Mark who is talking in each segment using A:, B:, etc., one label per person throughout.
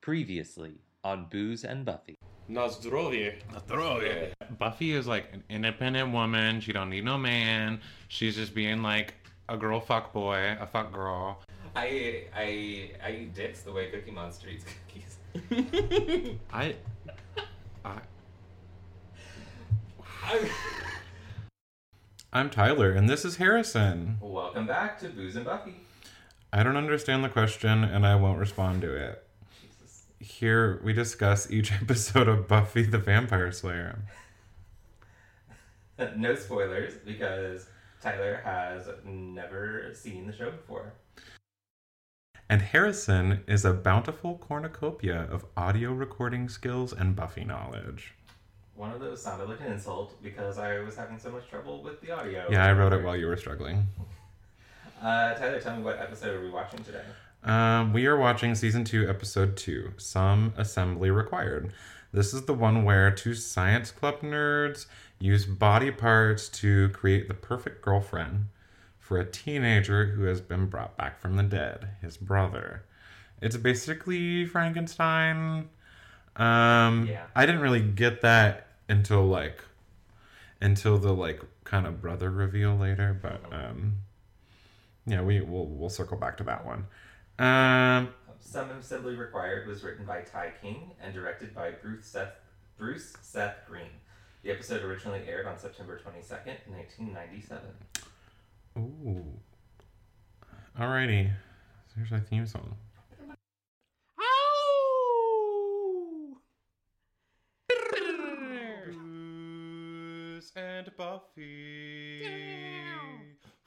A: Previously on Booze and Buffy.
B: Na zdrowie.
C: Buffy is like an independent woman. She don't need no man. She's just being like a girl fuck boy, a fuck girl.
D: I I I eat dicks the way Cookie Monster eats cookies.
C: I, I
D: I'm-
C: I'm Tyler and this is Harrison.
D: Welcome back to Booze and Buffy.
C: I don't understand the question and I won't respond to it.
D: Jesus.
C: Here we discuss each episode of Buffy the Vampire Slayer.
D: no spoilers because Tyler has never seen the show before.
C: And Harrison is a bountiful cornucopia of audio recording skills and Buffy knowledge.
D: One of those sounded like an insult because I was having so much trouble with the audio.
C: Yeah, I wrote it while you were struggling.
D: Uh, Tyler, tell me what episode are we watching today?
C: Um, we are watching season two, episode two, Some Assembly Required. This is the one where two science club nerds use body parts to create the perfect girlfriend for a teenager who has been brought back from the dead, his brother. It's basically Frankenstein. Um,
D: Yeah.
C: I didn't really get that until like, until the like kind of brother reveal later, but um, yeah, we will we'll circle back to that one. Um,
D: Some Assembly Required was written by Ty King and directed by Bruce Seth, Bruce Seth Green. The episode originally aired on September 22nd, 1997.
C: ooh. Alrighty. Here's our theme song. Bruce and Buffy.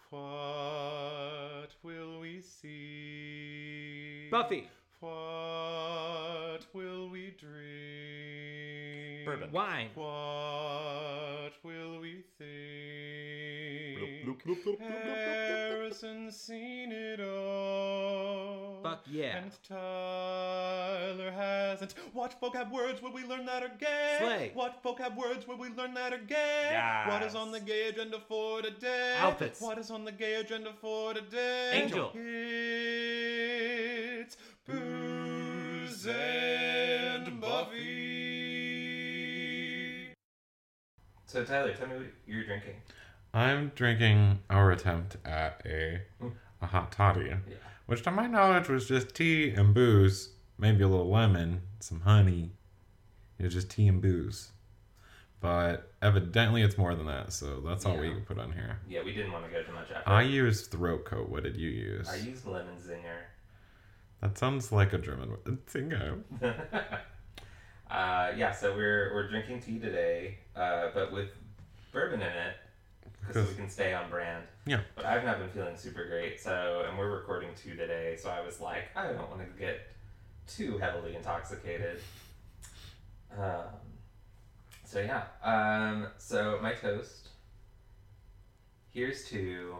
C: What will we see?
B: Buffy.
C: What will we dream?
B: Wine.
C: What will we think? Harrison's seen it all.
B: Fuck yeah.
C: And Tyler hasn't. What vocab words will we learn that are gay?
B: Slay.
C: What vocab words will we learn that are gay? What is on the
B: Yes.
C: gay agenda for today?
B: Outfits.
C: What is on the gay agenda for today?
B: Angel.
C: It's Booze and Buffy.
D: So, Tyler, tell me what you're drinking.
C: I'm drinking our attempt at a, a hot toddy,
D: Yeah.
C: which to my knowledge was just tea and booze, maybe a little lemon, some honey. It was just tea and booze. But evidently it's more than that, so that's all we
D: Yeah.
C: put on here.
D: Yeah, we didn't want to go too much effort.
C: I used throat coat. What did you use?
D: I used lemon zinger.
C: that sounds like a German word. Zingo.
D: uh, yeah, so we're we're drinking tea today, uh, but with bourbon in it because we
C: Because-
D: can stay on brand.
C: Yeah.
D: But I've not been feeling super great, so and we're recording two today, so I was like, I don't want to get too heavily intoxicated. Um, so yeah, um, so my toast. Here's to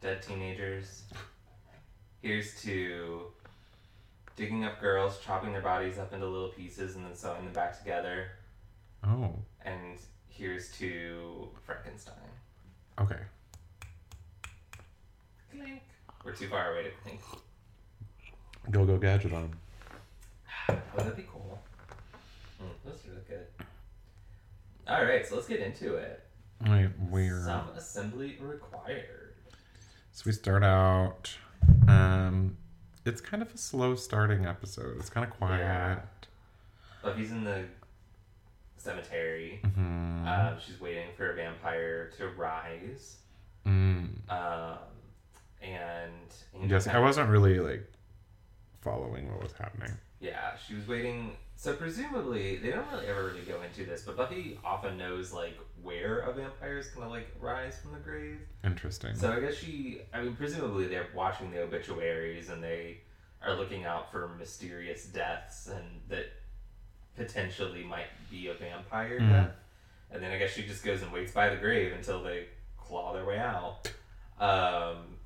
D: dead teenagers. Here's to digging up girls, chopping their bodies up into little pieces, and then sewing them back together.
C: Oh,
D: And here's to Frankenstein.
C: okay.
D: Clink. We're too far away to clink.
C: Go go gadget on.
D: Would that Oh, be cool? Mm, those are really good. All right, so let's get into it.
C: Wait, we're
D: Some assembly required.
C: So we start out. Um, it's kind of a slow starting episode. It's kind of quiet.
D: Buffy's in the cemetery.
C: Mhm.
D: Um, she's waiting for a vampire to rise.
C: Mm.
D: Um, and Angel
C: Yes, I
D: kinda-
C: wasn't really like following what was happening.
D: Yeah, she was waiting. So presumably, they don't really ever really go into this, but Buffy often knows like where a vampire is gonna like rise from the grave.
C: Interesting.
D: So I guess she. I mean, presumably they're watching the obituaries and they are looking out for mysterious deaths and that potentially might be a vampire
C: Mm.
D: death. And then I guess she just goes and waits by the grave until they claw their way out. Um,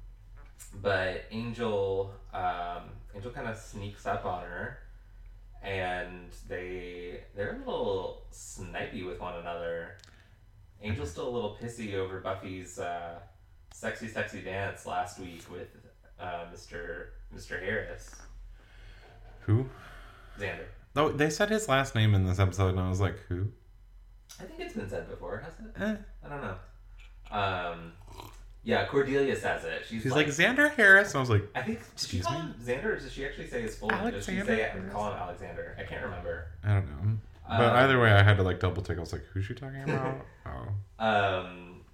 D: but Angel, um, Angel kind of sneaks up on her, and they they're a little snipey with one another. Angel's still a little pissy over Buffy's uh, sexy, sexy dance last week with uh, Mister Mister Harris.
C: Who?
D: Xander.
C: Oh, they said his last name in this episode, and I was like, who?
D: I think it's been said before, hasn't it?
C: Eh.
D: I don't know. Um, yeah, Cordelia says it. She's,
C: She's like,
D: like,
C: Xander Harris. And I was like,
D: I think did she
C: Excuse
D: call
C: me?
D: him Xander, or does she actually say his full name? Does she say
C: Alexander?
D: call him Alexander? I can't remember.
C: I don't know. But
D: Um,
C: either way, I had to like double take. I was like, who's she talking about? oh.
D: Um,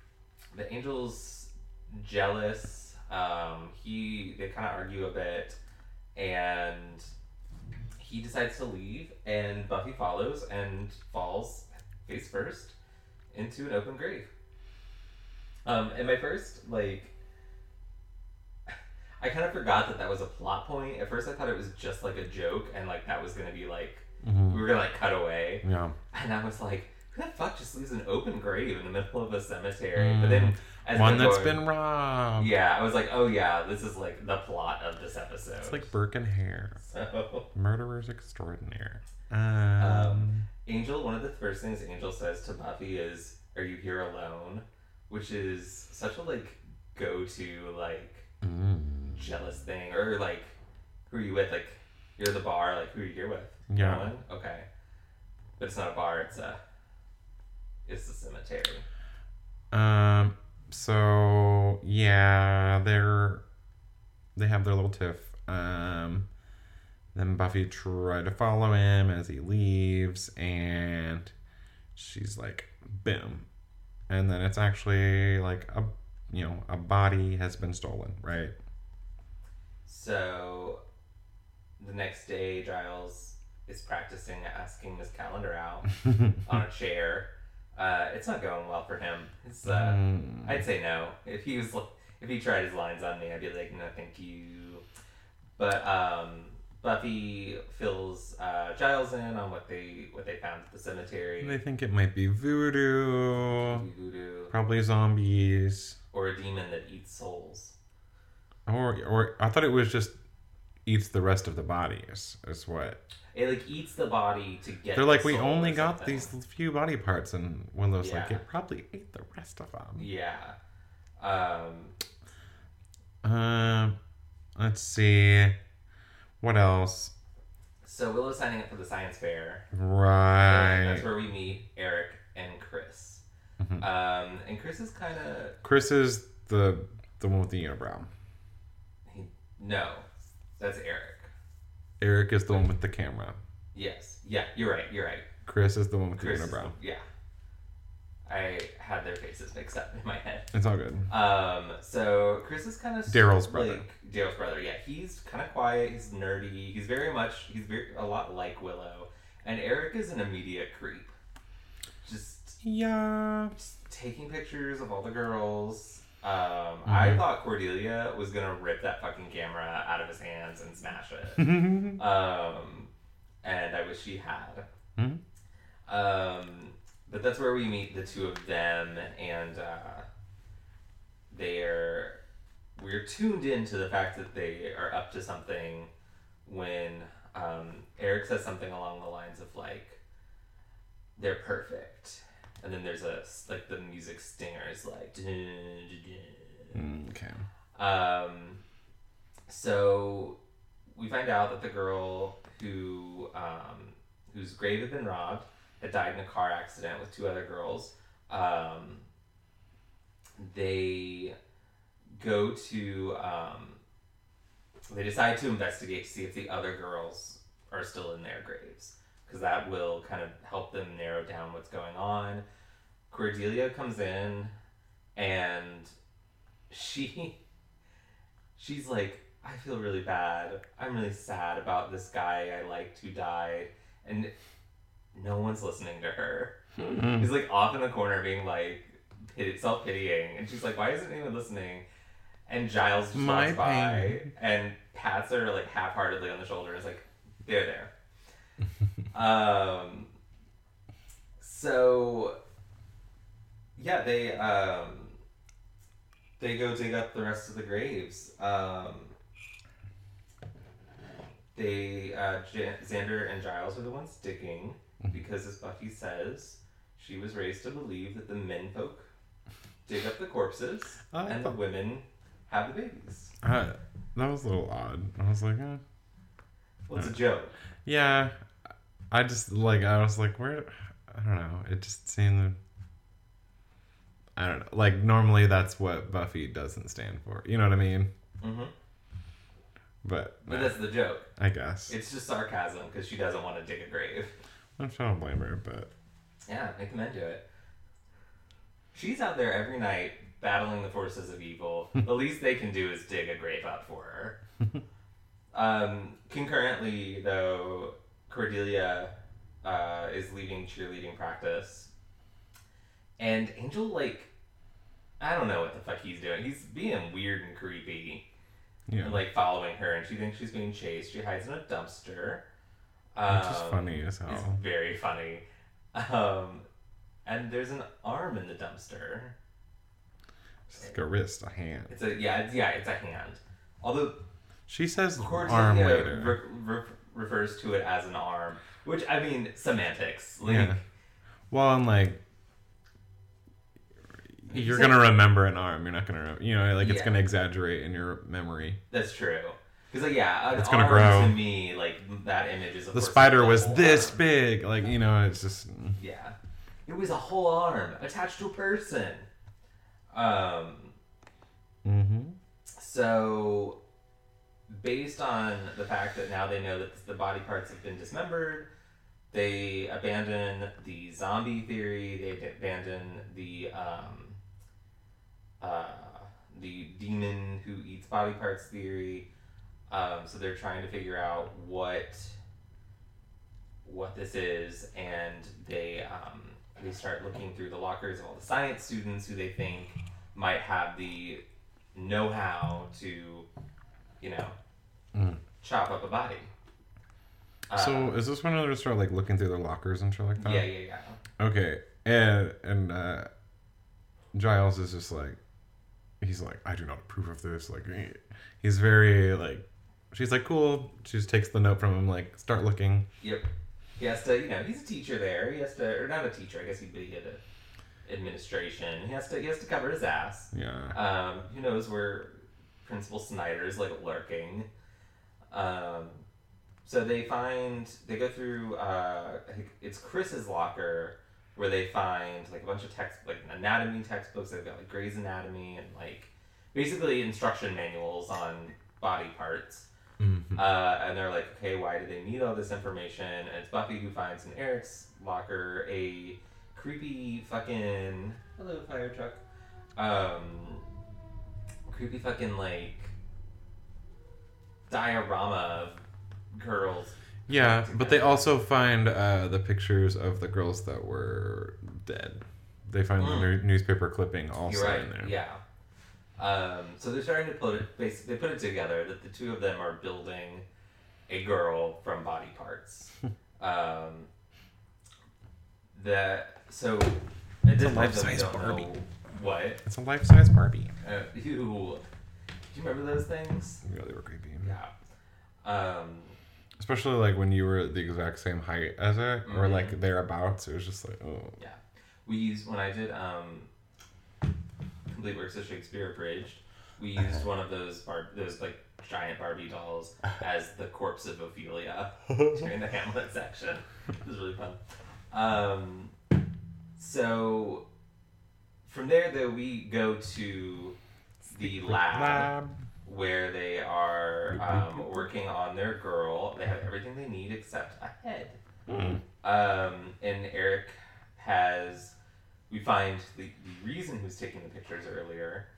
D: the angel's jealous. Um, he they kind of argue a bit, and he decides to leave, and Buffy follows and falls face first into an open grave. Um, and my first like. I kind of forgot that that was a plot point. At first, I thought it was just like a joke, and like that was gonna be like
C: Mhm.
D: we were gonna like cut away.
C: Yeah.
D: And I was like, who the fuck just leaves an open grave in the middle of a cemetery? But then, as
C: Mm. One
D: they're
C: that's
D: going-
C: been robbed.
D: Yeah, I was like, oh yeah, this is like the plot of this episode.
C: It's like Burke and Hare.
D: So,
C: Murderers extraordinaire. Um,
D: Um, Angel, one of the first things Angel says to Buffy is, Are you here alone? Which is such a like go to, like,
C: mm.
D: jealous thing. Or like, who are you with? Like, you're at the bar, like, who are you here with?
C: Yeah.
D: No one? Okay. But it's not a bar, it's a. It's a cemetery.
C: Um. So yeah, they're they have their little tiff. Um. Then Buffy try to follow him as he leaves, and she's like, "Boom!" And then it's actually like a you know a body has been stolen, right?
D: So the next day, Giles is practicing asking Miss Calendar out on a chair. Uh, it's not going well for him. It's, uh,
C: Mm.
D: I'd say no. If he was, if he tried his lines on me, I'd be like, no, thank you. But um, Buffy fills uh, Giles in on what they what they found at the
C: And
D: cemetery.
C: they think it might be voodoo,
D: Voodoo,
C: probably zombies,
D: or a demon that eats souls.
C: or or I thought it was just eats the rest of the bodies. Is what
D: It like eats the body to get.
C: They're like,
D: the
C: we
D: soul
C: only
D: or
C: got
D: something."
C: these few body parts, and Willow's like,
D: Yeah.
C: it probably ate the rest of them.
D: Yeah. Um,
C: Um, let's see, what else?
D: So Willow's signing up for the science fair. And
C: Right.
D: That's where we meet Eric and Chris.
C: Mhm.
D: Um, and Chris is kind of
C: Chris is the the one with the unibrow.
D: no, that's Eric.
C: Eric is the one with the camera.
D: Yes, yeah, you're right. You're right.
C: Chris is the one with
D: Chris,
C: the
D: is-
C: unibrow.
D: yeah. I had their faces mixed up in my head.
C: It's all good.
D: Um, so Chris is kind of
C: Daryl's brother.
D: Like, Daryl's brother, yeah. He's kind of quiet. He's nerdy. He's very much. He's very a lot like Willow. And Eric is an immediate creep. Just
C: Yeah.
D: just taking pictures of all the girls. Um, I
C: Mhm.
D: thought Cordelia was gonna rip that fucking camera out of his hands and smash it.
C: Mhm.
D: um, and I wish she had.
C: Mhm.
D: Um, but that's where we meet the two of them, and uh, they're we're tuned into the fact that they are up to something when um, Eric says something along the lines of like they're perfect. And then there's a s- like the music stinger is like dun, dun, dun.
C: okay.
D: um so we find out that the girl who um whose grave had been robbed had died in a car accident with two other girls um they go to um they decide to investigate to see if the other girls are still in their graves because that will kind of help them narrow down what's going on. Cordelia comes in and she she's like, I feel really bad. I'm really sad about this guy I liked who died and no one's listening to her. He's like off in the corner being like self pitying and she's like, Why isn't anyone listening? And Giles just
C: My
D: walks by
C: pain.
D: and pats her like half heartedly on the shoulder and is like, They're there. Um, so, yeah, they um, they go dig up the rest of the graves. Um, they uh, Jan- Xander and Giles are the ones digging
C: Mm-hmm.
D: because, as Buffy says, she was raised to believe that the men folk dig up the corpses
C: I
D: and the
C: thought-
D: women have the babies.
C: Uh, that was a little odd. I was like, eh.
D: Well, it's a joke.
C: Yeah, I just like I was like, where? I don't know. It just seemed. I don't know. Like normally, that's what Buffy doesn't stand for. You know what I mean?
D: Mm-hmm.
C: But
D: But
C: nah,
D: that's the joke.
C: I guess
D: It's just sarcasm because she doesn't want to dig a grave.
C: I'm trying to blame her, but
D: Yeah, make them into it. She's out there every night battling the forces of evil. the least they can do is dig a grave up for her. um, concurrently, though, Cordelia uh, is leaving cheerleading practice. And Angel, like, I don't know what the fuck he's doing. He's being weird and creepy
C: yeah,
D: like following her, and she thinks she's being chased. She hides in a dumpster. Um,
C: it's just funny as
D: It's
C: hell.
D: very funny. Um, and there's an arm in the dumpster.
C: It's like a wrist, a hand.
D: It's a yeah, it's, yeah, it's a hand. Although
C: She says arm
D: Cordelia
C: later.
D: re- re- refers to it as an arm, which I mean semantics. Like,
C: Yeah. Well, and like.
D: You
C: You're
D: said-
C: gonna remember an arm. You're not gonna, re- you know, like it's
D: Yeah.
C: gonna exaggerate in your memory.
D: that's true. Because like yeah, an
C: It's gonna
D: arm
C: grow.
D: to me like that image is. of
C: The
D: course,
C: spider
D: a
C: was
D: whole
C: this
D: arm.
C: big, like you know, it's just
D: Yeah. It was a whole arm attached to a person. Um,
C: mm-hmm.
D: so, based on the fact that now they know that the body parts have been dismembered, they abandon the zombie theory, they d- abandon the, um, uh, the demon who eats body parts theory. Um, so they're trying to figure out what what this is, and they um, they start looking through the lockers of all the science students who they think might have the know how to, you know,
C: Mm.
D: chop up a body. Uh,
C: so um, is this when they're gonna start like looking through their lockers and shit like that?
D: yeah, yeah, yeah.
C: Okay, and and uh, Giles is just like, he's like, I do not approve of this. Like, eh. he's very like, she's like, cool. She just takes the note from him, like, start looking.
D: Yep. He has to, you know, he's a teacher there. He has to, or not a teacher. I guess he'd be at a administration. He has to, he has to cover his ass.
C: Yeah,
D: Um, who knows where Principal Snyder's like lurking? Um, so they find they go through. Uh, I think it's Chris's locker where they find like a bunch of text, like anatomy textbooks. They've got like Grey's Anatomy and like basically instruction manuals on body parts.
C: Mhm.
D: Uh, and they're like, okay, why do they need all this information? And it's Buffy who finds in Eric's locker a creepy fucking hello fire truck, um, creepy fucking like diorama of girls.
C: yeah. But they also find uh, the pictures of the girls that were dead. They find
D: Mm.
C: the new- newspaper clipping also
D: You're right.
C: in there.
D: Yeah. Um, so they're starting to put it. Basically, they put it together that the two of them are building a girl from body parts. um, that so at this point,
C: life-size
D: don't
C: Barbie.
D: know What?
C: It's a life-size Barbie.
D: Uh, ew. Do you remember those things?
C: Yeah, they were creepy.
D: Yeah. Um,
C: Especially like when you were the exact same height as it, or
D: Mhm.
C: like thereabouts. It was just like, oh,
D: we used when I did um, complete works of Shakespeare abridged. We used one of those bar- those like giant Barbie dolls as the corpse of Ophelia during the Hamlet section. It was really fun. Um, so from there, though, we go to the lab where they are um, working on their girl. They have everything they need except a head.
C: Mm.
D: Um, and Eric has. We find the, the reason he was taking the pictures earlier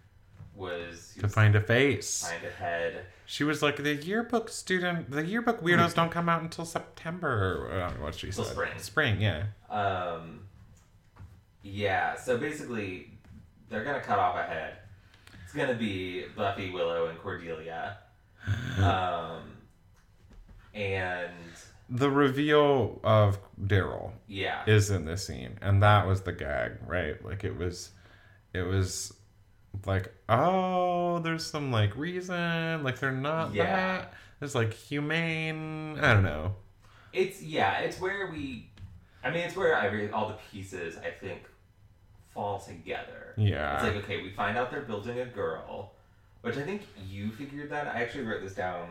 D: was he
C: to
D: was
C: find a face.
D: trying to head.
C: She was like the yearbook student. The yearbook weirdos don't come out until September. I don't know what she
D: Till
C: said.
D: Mm-hmm. spring.
C: Spring, yeah.
D: Um, yeah, so basically, they're gonna cut off a head. It's gonna be Buffy, Willow, and Cordelia. Um, and
C: The reveal of Daryl
D: yeah,
C: is in this scene, and that was the gag, right? Like it was, it was like oh, there's some like reason, like they're not
D: Yeah.
C: that. There's like humane. I don't know.
D: It's yeah, it's where we. I mean, it's where every all the pieces I think fall together. It's
C: Yeah.
D: like okay, we find out they're building a girl, which I think you figured that. I actually wrote this down.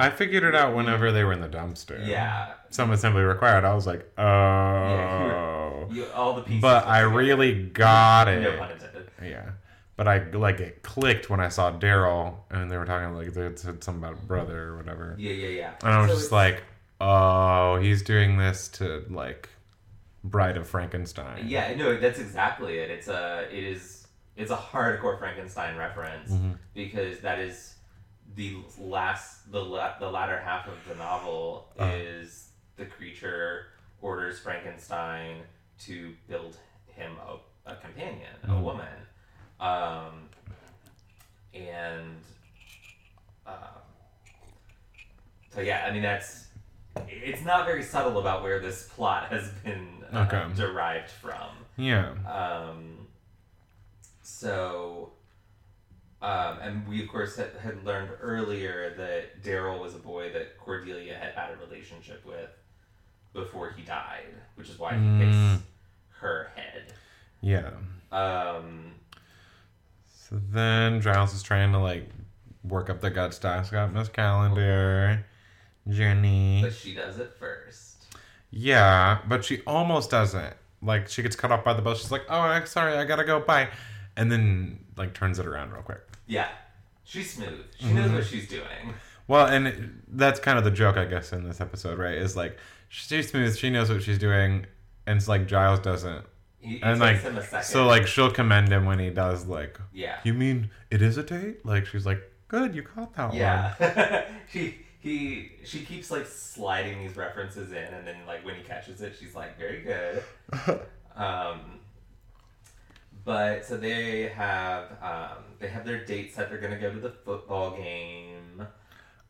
C: I figured it out whenever they were in the dumpster.
D: Yeah.
C: Some assembly required. I was like, oh.
D: You, all the pieces.
C: but
D: put
C: I
D: together.
C: really got
D: No
C: it.
D: pun intended.
C: yeah. But I like it clicked when I saw Daryl and they were talking like they had said something about brother or whatever.
D: Yeah, yeah, yeah.
C: And I was
D: So
C: just
D: it's-
C: like, oh, he's doing this to like Bride of Frankenstein.
D: Yeah, no, that's exactly it. It's a it is it's a hardcore Frankenstein reference
C: Mhm.
D: because that is the last the la- the latter half of the novel
C: Uh.
D: is the creature orders Frankenstein to build him a, a companion, a
C: Mhm.
D: woman. Um, and um, so yeah, I mean that's it's not very subtle about where this plot has been uh,
C: Okay.
D: derived from.
C: Yeah.
D: Um, so, um, and we of course had, had learned earlier that Daryl was a boy that Cordelia had had a relationship with before he died, which is why he
C: Mm.
D: picks her head.
C: Yeah.
D: Um,
C: So then Giles is trying to like work up the guts to ask out Miss Calendar. Jenny.
D: but she does it first.
C: Yeah, but she almost doesn't. Like she gets cut off by the bus. She's like, "Oh, I'm sorry, I gotta go. Bye," and then like turns it around real quick.
D: Yeah, she's smooth. She
C: Mm-hmm.
D: knows what she's doing.
C: Well, and it- that's kind of the joke, I guess, in this episode, right? Is like she's smooth, she knows what she's doing, and it's like Giles doesn't.
D: He, it
C: And
D: takes
C: like,
D: him a second.
C: so like she'll commend him when he does. Like,
D: yeah,
C: you mean it is a date? Like she's like, "Good, you caught that one."
D: Yeah. she he she keeps like sliding these references in and then like when he catches it she's like very good. um but so they have um they have their date set they're going to go to the football game.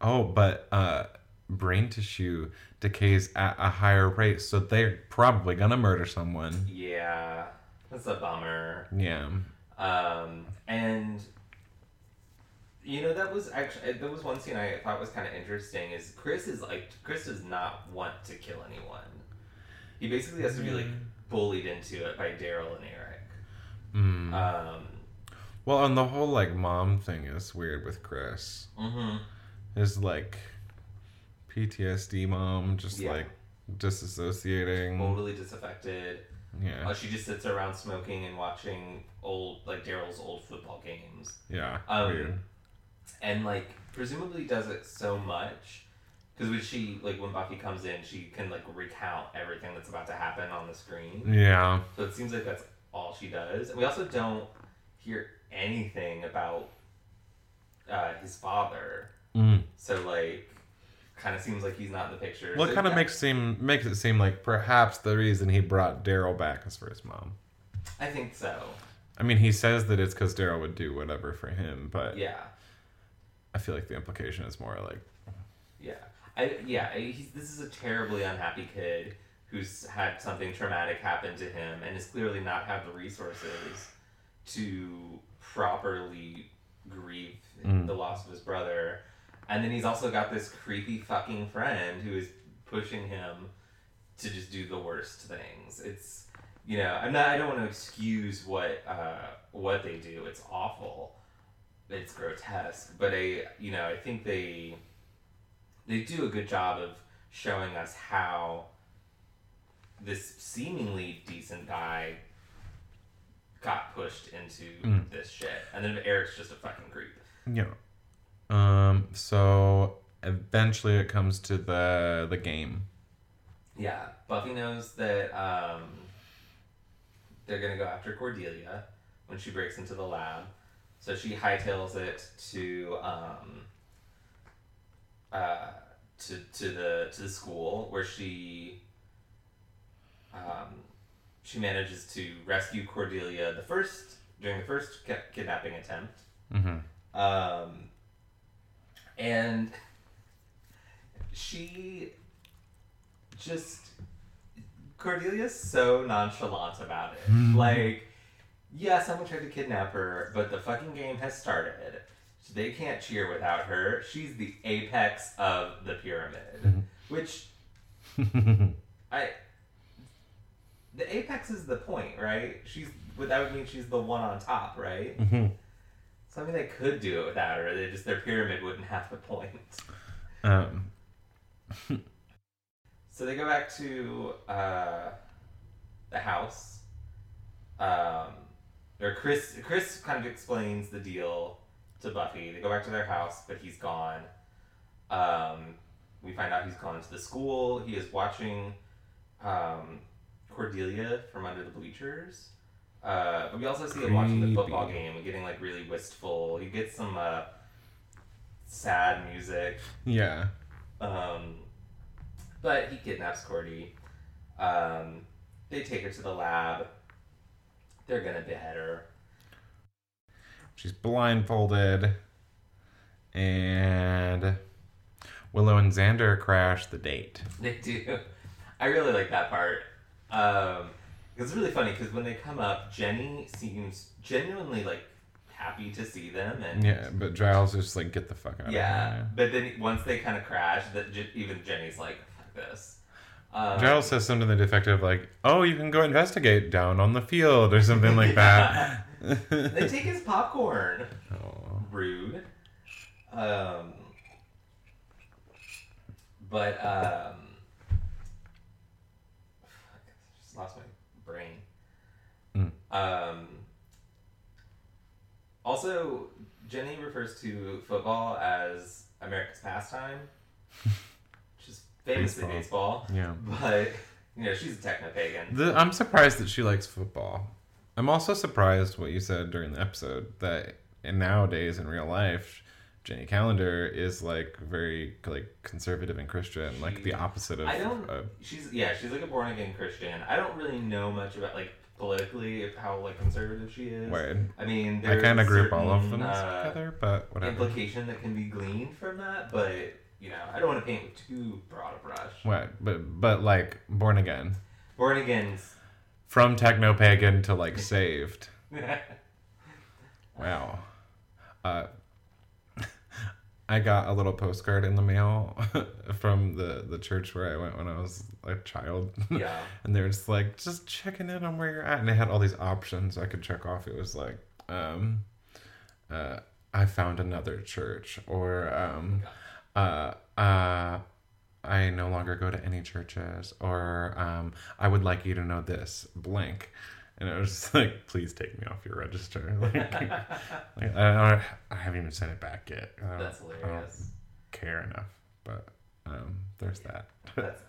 C: Oh, but uh, brain tissue decays at a higher rate, so they're probably gonna murder someone.
D: Yeah. That's a bummer.
C: Yeah.
D: Um, and you know that was actually that was one scene I thought was kind of interesting. Is Chris is like Chris does not want to kill anyone. He basically has to be like bullied into it by Daryl and Eric.
C: Mm.
D: Um,
C: Well, and the whole like mom thing is weird with Chris.
D: mhm.
C: His like PTSD mom just
D: Yeah.
C: like disassociating.
D: totally disaffected.
C: yeah.
D: Uh, she just sits around smoking and watching old like Daryl's old football games.
C: yeah.
D: um,
C: weird.
D: and like presumably does it so much because when she like when buffy comes in she can like recount everything that's about to happen on the screen
C: Yeah.
D: so it seems like that's all she does and we also don't hear anything about uh, his father
C: Mm.
D: so like kind of seems like he's not in the picture
C: Well,
D: So
C: it kind of
D: yeah.
C: makes seem makes it seem like perhaps the reason he brought Daryl back is for his mom.
D: i think so
C: I mean, he says that it's because Daryl would do whatever for him, but
D: yeah
C: I feel like the implication is more like,
D: Yeah, I yeah. I- He's, this is a terribly unhappy kid who's had something traumatic happen to him and is clearly not have the resources to properly grieve
C: Mm.
D: the loss of his brother. And then he's also got this creepy fucking friend who is pushing him to just do the worst things. It's you know, I'm not. I don't want to excuse what uh, what they do. It's awful. It's grotesque. But I, you know, I think they they do a good job of showing us how this seemingly decent guy got pushed into
C: Mm.
D: this shit, and then Eric's just a fucking creep.
C: you know. Um. So eventually, it comes to the the game.
D: Yeah, Buffy knows that um, they're gonna go after Cordelia when she breaks into the lab, so she hightails it to um, uh, to to the to the school where she um, she manages to rescue Cordelia the first during the first ki- kidnapping attempt.
C: Mm-hmm.
D: Um, and she just Cordelia's so nonchalant about it. like, yeah, someone tried to kidnap her, but the fucking game has started. They can't cheer without her. She's the apex of the pyramid, which
C: Mm-hmm.
D: I. The apex is the point, right? She's that would mean she's the one on top, right?
C: Mhm.
D: So I mean, they could do it without her. They just their pyramid wouldn't have the point.
C: Um,
D: So they go back to uh, the house. Um, or Chris, Chris kind of explains the deal to Buffy. They go back to their house, but he's gone. Um, we find out he's gone to the school. He is watching um, Cordelia from under the bleachers. Uh, but we also see him watching the football
C: Creepy.
D: game and getting like really wistful. He gets some uh, sad music.
C: yeah.
D: Um, but he kidnaps Cordy. Um, they take her to the lab. They're gonna behead her.
C: She's blindfolded. And Willow and Xander crash the date.
D: They do. I really like that part. Um, it's really funny because when they come up, Jenny seems genuinely like happy to see them, and
C: Yeah, but Giles is just like, get the fuck out of
D: yeah.
C: here.
D: But then once they kind of crash, that j- even Jenny's like, "Fuck this." Um,
C: Giles says something to the effect of like, "Oh, you can go investigate down on the field" or something like that.
D: they take his popcorn.
C: Oh.
D: rude. Um, but um, fuck, I just lost my brain.
C: Mm.
D: Um, also, Jenny refers to football as America's pastime, which is famously baseball.
C: Yeah.
D: But you know, she's a techno pagan.
C: The, I'm surprised that she likes football. I'm also surprised what you said during the episode that and nowadays in real life, Jenny Calendar is like very like conservative and Christian, like the opposite of.
D: I don't-
C: uh,
D: She's yeah, she's like a born again Christian. I don't really know much about like politically how like conservative she is.
C: word.
D: I mean,
C: I
D: there's
C: kind of group all of
D: certain,
C: them
D: uh,
C: together, but whatever.
D: implication that can be gleaned from that, but you know, I don't want to paint with too broad a brush.
C: What? But but like born again
D: Born again's
C: from techno pagan to like saved. Wow. Uh, I got a little postcard in the mail from the, the church where I went when I was a child.
D: yeah,
C: and they were just like, just checking in on where you're at. And they had all these options I could check off. It was like, um, uh, I found another church, or um, uh, uh, I no longer go to any churches, or um, I would like you to know this, blank. And I was just like, please take me off your register. Like, like, I, I, I haven't even sent it back yet. I don't
D: that's hilarious.
C: care enough, but um, there's that.
D: That's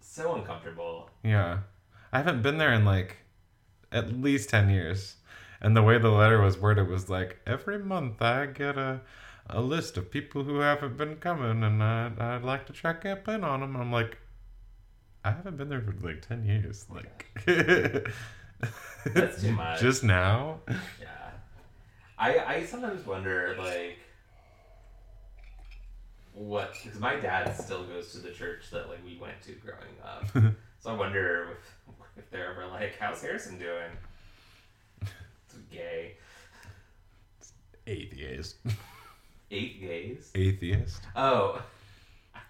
D: so uncomfortable.
C: Yeah. I haven't been there in like at least 10 years. And the way the letter was worded was like every month I get a a list of people who haven't been coming and I'd, I'd like to check up in on them. I'm like, I haven't been there for like 10 years. Like,
D: That's too much.
C: Just now?
D: Yeah, I I sometimes wonder like what because my dad still goes to the church that like we went to growing up, so I wonder if, if they're ever like, how's Harrison doing? It's gay,
C: Atheist.
D: eight gays.
C: Atheist?
D: Oh,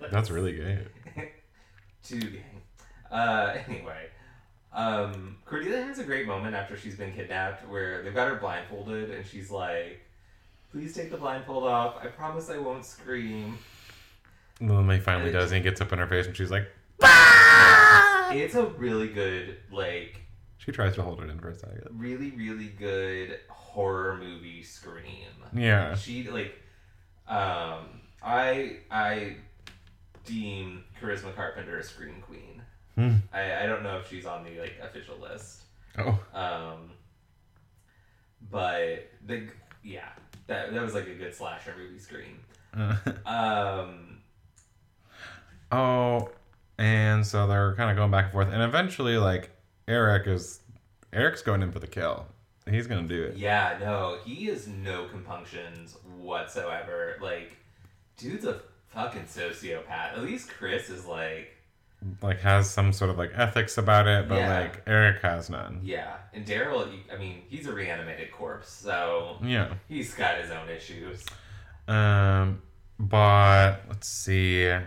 C: That's really gay.
D: too gay. Uh, anyway. Um, Cordelia has a great moment after she's been kidnapped where they've got her blindfolded and she's like, Please take the blindfold off. I promise I won't scream.
C: And then he finally does and he gets up in her face and she's like,
D: It's a really good, like,
C: she tries to hold it in for a second.
D: really, really good horror movie scream.
C: Yeah.
D: She like, um, I I deem Charisma Carpenter a scream queen.
C: Hmm.
D: I I don't know if she's on the like official list,
C: Oh.
D: um, but the yeah that that was like a good slasher movie scream.
C: Uh.
D: Um,
C: Oh, and so they're kind of going back and forth, and eventually, like Eric is, Eric's going in for the kill. He's gonna do it.
D: Yeah, no, he is no compunctions whatsoever. Like, dude's a fucking sociopath. At least Chris is like,
C: Like has some sort of like ethics about it, but
D: Yeah.
C: like Eric has none.
D: yeah. And Daryl, you- I mean, he's a reanimated corpse, so
C: Yeah.
D: he's got his own issues.
C: Um, but let's see. Event-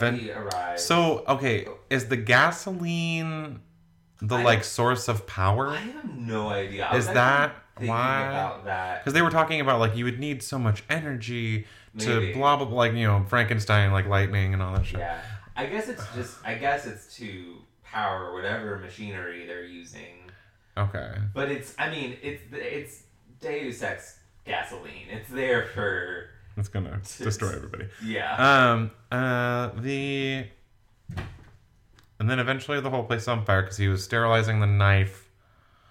D: Buffy arrives.
C: So okay, is the gasoline the
D: I-
C: like source of power?
D: I have no idea. I
C: Is
D: was
C: that
D: thinking
C: Why?
D: about that.
C: Because they were talking about like you would need so much energy
D: Maybe.
C: to blah blah blah, like you know Frankenstein, like lightning and all that shit.
D: Yeah. I guess it's just I guess it's to power whatever machinery they're using.
C: Okay.
D: But it's I mean, it's it's Deus Ex gasoline. It's there for
C: It's gonna destroy everybody.
D: yeah.
C: Um. Uh. The. And then eventually the whole place is on fire because he was sterilizing the knife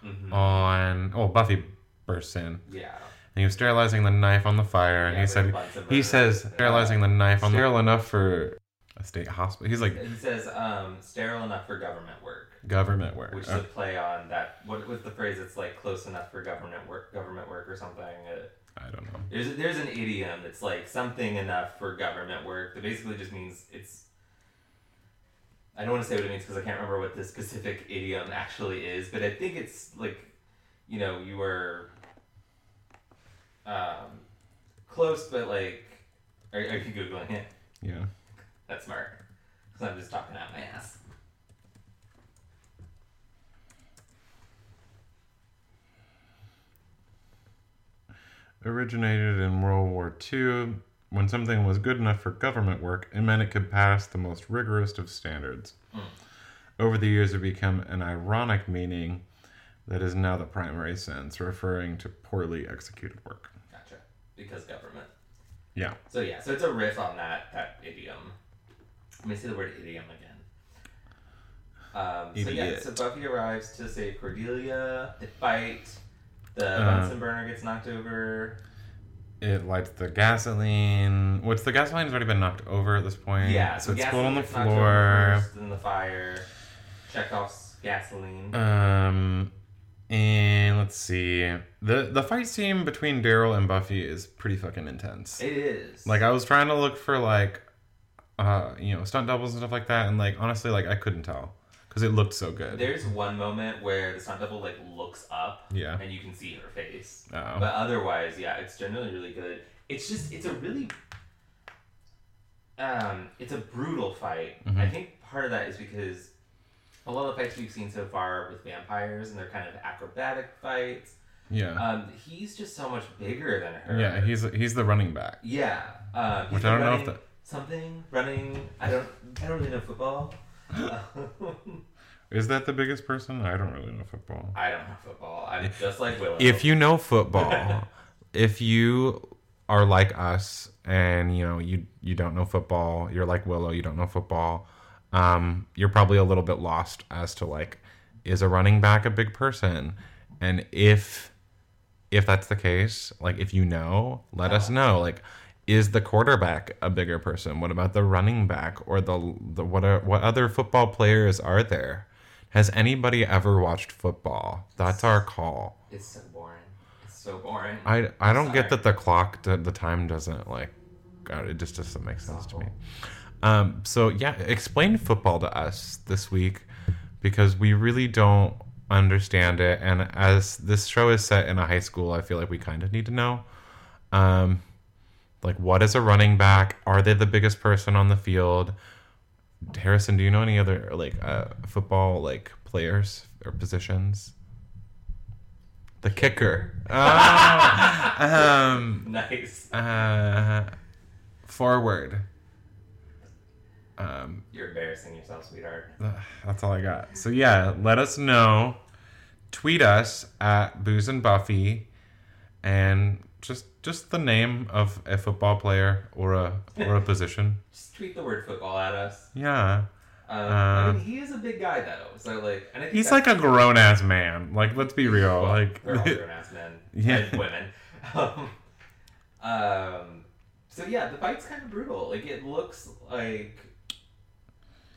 D: Mhm.
C: on. Oh, Buffy bursts in. And
D: Yeah.
C: he was sterilizing the knife on the fire, and
D: Yeah,
C: he
D: with
C: said,
D: Bunsen
C: he
D: burner.
C: says
D: Yeah.
C: sterilizing the knife on sterile enough for a state hospital. He's like
D: He says um, sterile enough for government work,
C: government work.
D: which is a
C: Uh,
D: play on that. What was the phrase? It's like close enough for government work, government work or something. Uh,
C: I don't know.
D: There's there's an idiom that's like something enough for government work that basically just means it's. I don't want to say what it means because I can't remember what the specific idiom actually is, but I think it's like, you know, you were. Um, close, but like, are, are you googling it?
C: Yeah.
D: That's smart. Because I'm just talking out my ass.
C: originated in World War II. When something was good enough for government work, it meant it could pass the most rigorous of standards.
D: Hmm.
C: Over the years, it became an ironic meaning that is now the primary sense, referring to poorly executed work.
D: Gotcha. Because government.
C: Yeah.
D: So yeah, so it's a riff on that that idiom. Let me say the word idiom again. Um, so yeah,
C: Idiot.
D: so Buffy arrives to save Cordelia. They fight. The
C: Uh.
D: Bunsen burner gets knocked over.
C: It lights the gasoline. What's the gasoline has already been knocked over at this point.
D: Yeah,
C: so it's
D: gasoline
C: spilled on the
D: gets knocked over
C: floor.
D: first, Then the fire. Chekhov's
C: Uh,
D: gasoline.
C: Um, and let's see the the fight scene between Daryl and Buffy is pretty fucking intense.
D: it is
C: Like I was trying to look for like uh you know stunt doubles and stuff like that and like honestly like I couldn't tell cuz it looked so good.
D: there's one moment where the stunt double like looks up
C: yeah.
D: and you can see her face.
C: Oh.
D: But otherwise, yeah, it's generally really good. It's just it's a really um it's a brutal fight. I
C: Mhm.
D: think part of that is because a lot of the fights we've seen so far with vampires and they're kind of acrobatic fights.
C: yeah.
D: Um he's just so much bigger than her.
C: yeah, he's he's the running back.
D: Yeah. Um he's
C: Which I don't know if
D: running
C: that-
D: something running I don't I don't really know football.
C: Is that the biggest person? I don't really know football.
D: I don't know football. I'm just like Willow.
C: If you know football, if you are like us and you know you you don't know football, you're like Willow, you don't know football, um you're probably a little bit lost as to like is a running back a big person? And if if that's the case, like if you know, let us know. Like, is the quarterback a bigger person? What about the running back or the the what are, what other football players are there? Has anybody ever watched football? That's our call.
D: it's so boring. It's so boring.
C: I I don't
D: Sorry.
C: get that the clock d- the time doesn't like God, it just doesn't make sense to me. Um, so yeah, explain football to us this week because we really don't understand it. And as this show is set in a high school, I feel like we kind of need to know. Um, like what is a running back? Are they the biggest person on the field? Harrison, do you know any other like uh, football like players or positions? The kicker. Oh, um,
D: nice.
C: uh, forward. Um,
D: You're embarrassing yourself, sweetheart.
C: ugh, that's all I got. So yeah, let us know. Tweet us at Booze and Buffy, and just just the name of a football player or a or a position.
D: Just tweet the word football at us.
C: Yeah,
D: Um, I
C: Um,
D: mean, he is a big guy though, so like, and I think
C: he's
D: that's-
C: like a grown ass man. Like let's be real.
D: well,
C: Like
D: they're all grown ass men
C: Yeah.
D: and women. Um, um, so yeah, the fight's kind of brutal. Like it looks like,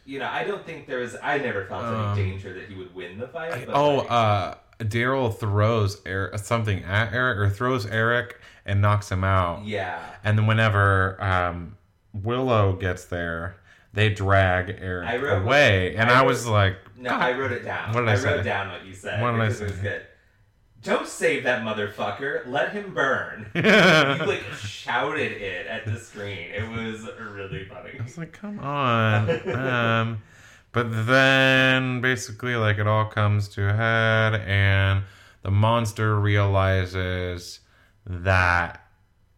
D: you know, I don't think there was. I never felt
C: Um,
D: any danger that he would win the fight. but,
C: oh,
D: like,
C: uh, Daryl throws Eric, something at Eric or throws Eric and knocks him out.
D: yeah.
C: And then whenever um, Willow gets there, they drag
D: I
C: Eric
D: wrote-
C: away, and
D: I
C: I, was like,
D: No,
C: God.
D: I wrote it down.
C: What did I
D: I
C: say?
D: wrote down what you said.
C: What did I
D: because It was
C: say?
D: good. Don't save that motherfucker. Let him burn. you like shouted it at the screen. It was really funny.
C: I was like, come on. um, but then basically, like, it all comes to a head, and the monster realizes that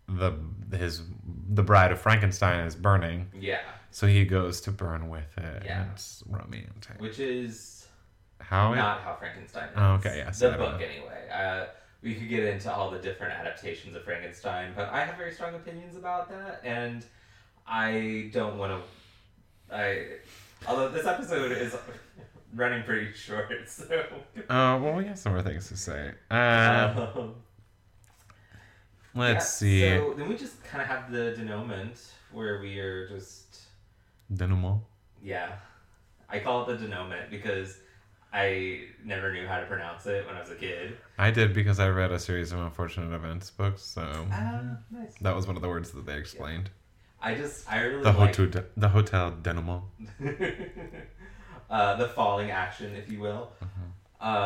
C: the his the bride of Frankenstein is burning,
D: Yeah.
C: so he goes to burn with it.
D: Yeah.
C: It's romantic.
D: Which is
C: How it-
D: not how Frankenstein is.
C: Oh, okay, yeah, so I
D: the
C: don't
D: book,
C: know.
D: anyway. Uh, we could get into all the different adaptations of Frankenstein, but I have very strong opinions about that, and I don't want to. I. Although this episode is running pretty short, so.
C: Uh, well, we have some more things to say. Uh,
D: Um,
C: let's
D: yeah,
C: see.
D: So then we just kind of have the denouement where we are just.
C: Denouement.
D: Yeah. I call it the denouement because I never knew how to pronounce it when I was a kid.
C: I did because I read a series of unfortunate events books, so
D: Ah, nice.
C: that was one of the words that they explained.
D: I just, I really
C: The
D: like
C: hotel, the hotel denouement.
D: uh, the falling action, if you will. Uh,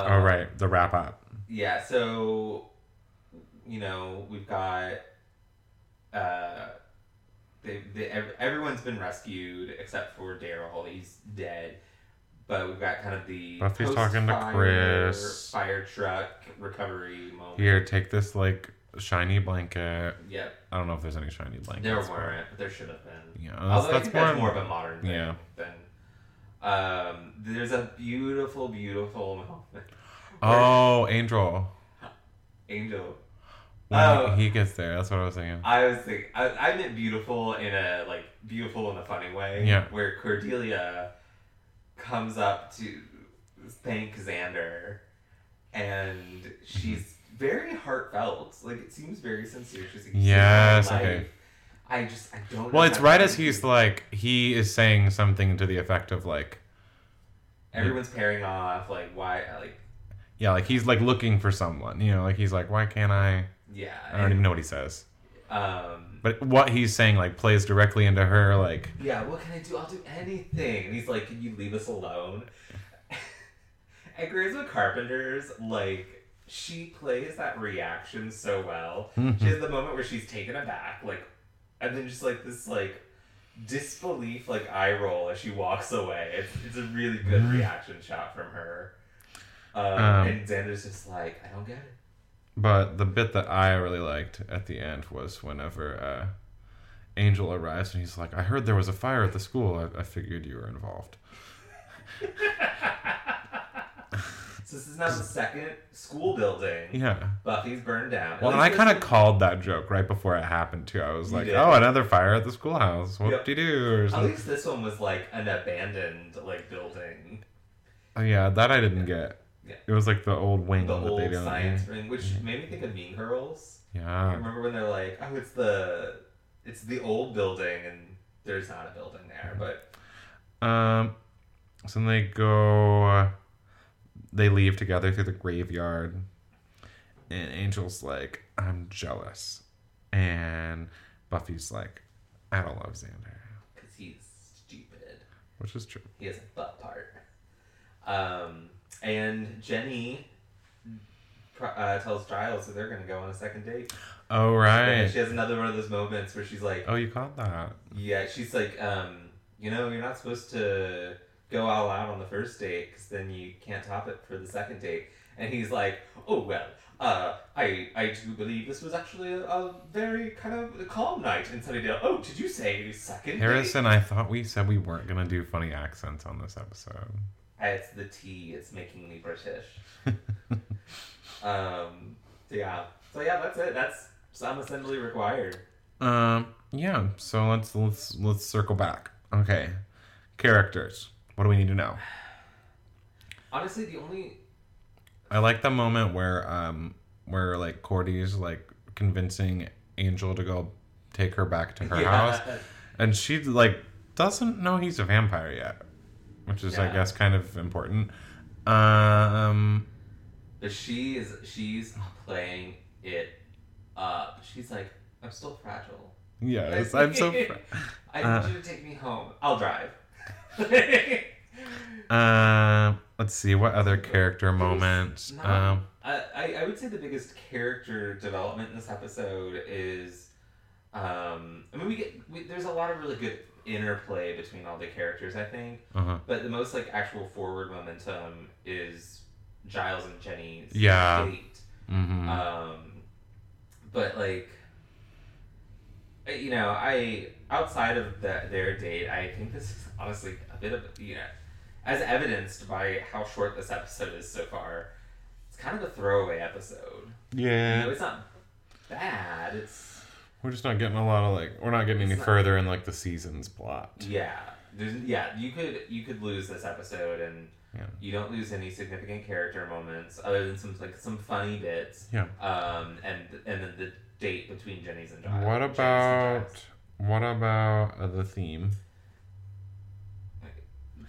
C: Mm-hmm. All right, the wrap up.
D: Yeah, so, you know, we've got. Uh, they, they, ev- everyone's been rescued except for Daryl. He's dead. But we've got kind of the.
C: Buffy's talking to
D: post-fire
C: Chris.
D: Fire truck recovery moment.
C: Here, take this like shiny blanket.
D: Yep.
C: I don't know if there's any shiny blankets.
D: There
C: but-
D: weren't, but there should have been.
C: Yeah,
D: Although I
C: that's, that's
D: think
C: more,
D: that's more of a modern thing
C: yeah.
D: than. Um, there's a beautiful, beautiful moment.
C: Oh, Angel.
D: Angel.
C: When
D: Oh.
C: he, he gets there, that's what I was thinking.
D: I was thinking, I, I meant beautiful in a like beautiful in a funny way.
C: Yeah.
D: Where Cordelia comes up to thank Xander, and she's
C: Mm-hmm.
D: very heartfelt. Like it seems very sincere. She's like, "You saved my
C: Yes,
D: life."
C: okay.
D: I just I don't. know
C: Well, it's
D: how
C: right
D: to
C: as
D: do
C: he's
D: it.
C: like he is saying something to the effect of like
D: everyone's pairing off. Like why? Like
C: yeah, like he's like looking for someone. You know, like he's like why can't I?
D: yeah.
C: I don't even know what he says.
D: Um.
C: But what he's saying like plays directly into her like
D: yeah, what can I do? I'll do anything. And he's like, can you leave us alone? and Charisma Carpenter's, like, she plays that reaction so well. She has the moment where she's taken aback, like, and then just like this, like, disbelief, like, eye roll as she walks away. It's, it's a really good
C: Mhm.
D: reaction shot from her. Um,
C: Um,
D: and Xander's just like, I don't get it.
C: But the bit that I really liked at the end was whenever uh, Angel arrives and he's like, I heard there was a fire at the school. I, I figured you were involved.
D: So this is not the second school building
C: Yeah.
D: Buffy's burned down. At
C: Well, and I
D: least
C: kind of
D: this-
C: called that joke right before it happened, too. I was
D: You
C: like,
D: did.
C: oh, another fire at the schoolhouse. Whoop de doo. Or
D: At
C: something.
D: least this one was like an abandoned like building,
C: Oh, yeah, that I didn't get.
D: Yeah.
C: It was like the old wing
D: the
C: that
D: old
C: they didn't.
D: science ring, which made me think of Mean Girls. I
C: Yeah.
D: remember when they're like, "Oh, it's the it's the old building," and there's not a building there, but
C: Um, so then they go. They leave together through the graveyard, and Angel's like, "I'm jealous," and Buffy's like, "I don't love Xander,"
D: because he's stupid,
C: which is true.
D: he has a butt part. Um, and Jenny pro- uh, tells Giles that they're gonna go on a second date.
C: Oh
D: And
C: right.
D: she has another one of those moments where she's like,
C: Oh, you caught that.
D: Yeah, she's like, um, you know, you're not supposed to go all out on the first date because then you can't top it for the second date. And he's like, oh well, uh, I I do believe this was actually a, a very kind of calm night in Sunnydale. Oh, did you say second date?
C: Harrison, I thought we said we weren't gonna do funny accents on this episode.
D: "Ah, It's the tea. It's making me British. um, so yeah, so yeah, that's it. That's some assembly required.
C: Um, yeah. So let's let's let's circle back. Okay, characters. What do we need to know?
D: Honestly, the only
C: I like the moment where um where like Cordy's like convincing Angel to go take her back to her
D: Yeah.
C: house and she like doesn't know he's a vampire yet. Which is I
D: Yeah.
C: guess kind of important. Um
D: But she is she's playing it up. She's like, I'm still fragile.
C: yes, I'm so
D: I
C: uh,
D: need you to take me home. I'll drive.
C: uh, let's see what other character moments.
D: Not-
C: Um
D: I, I- I would say the biggest character development in this episode is, um, I mean, we get we, there's a lot of really good interplay between all the characters. I think,
C: uh-huh.
D: but the most like actual forward momentum is Giles and Jenny's
C: Yeah.
D: date.
C: hmm
D: Um, but like, uh, you know, I outside of that their date, I think this is honestly a bit of you know, as evidenced by how short this episode is so far, it's kind of a throwaway episode. You know,
C: yeah.
D: it's not bad. It's
C: We're just not getting a lot of like we're not getting any
D: It's not-
C: further in like the season's plot.
D: yeah. There's yeah. You could you could lose this episode and.
C: Yeah.
D: You don't lose any significant character moments other than some like some funny bits.
C: Yeah.
D: Um, and and then the date between Jenny's and Giles.
C: What
D: Jenny's and
C: about
D: Giles.
C: what about uh, the theme?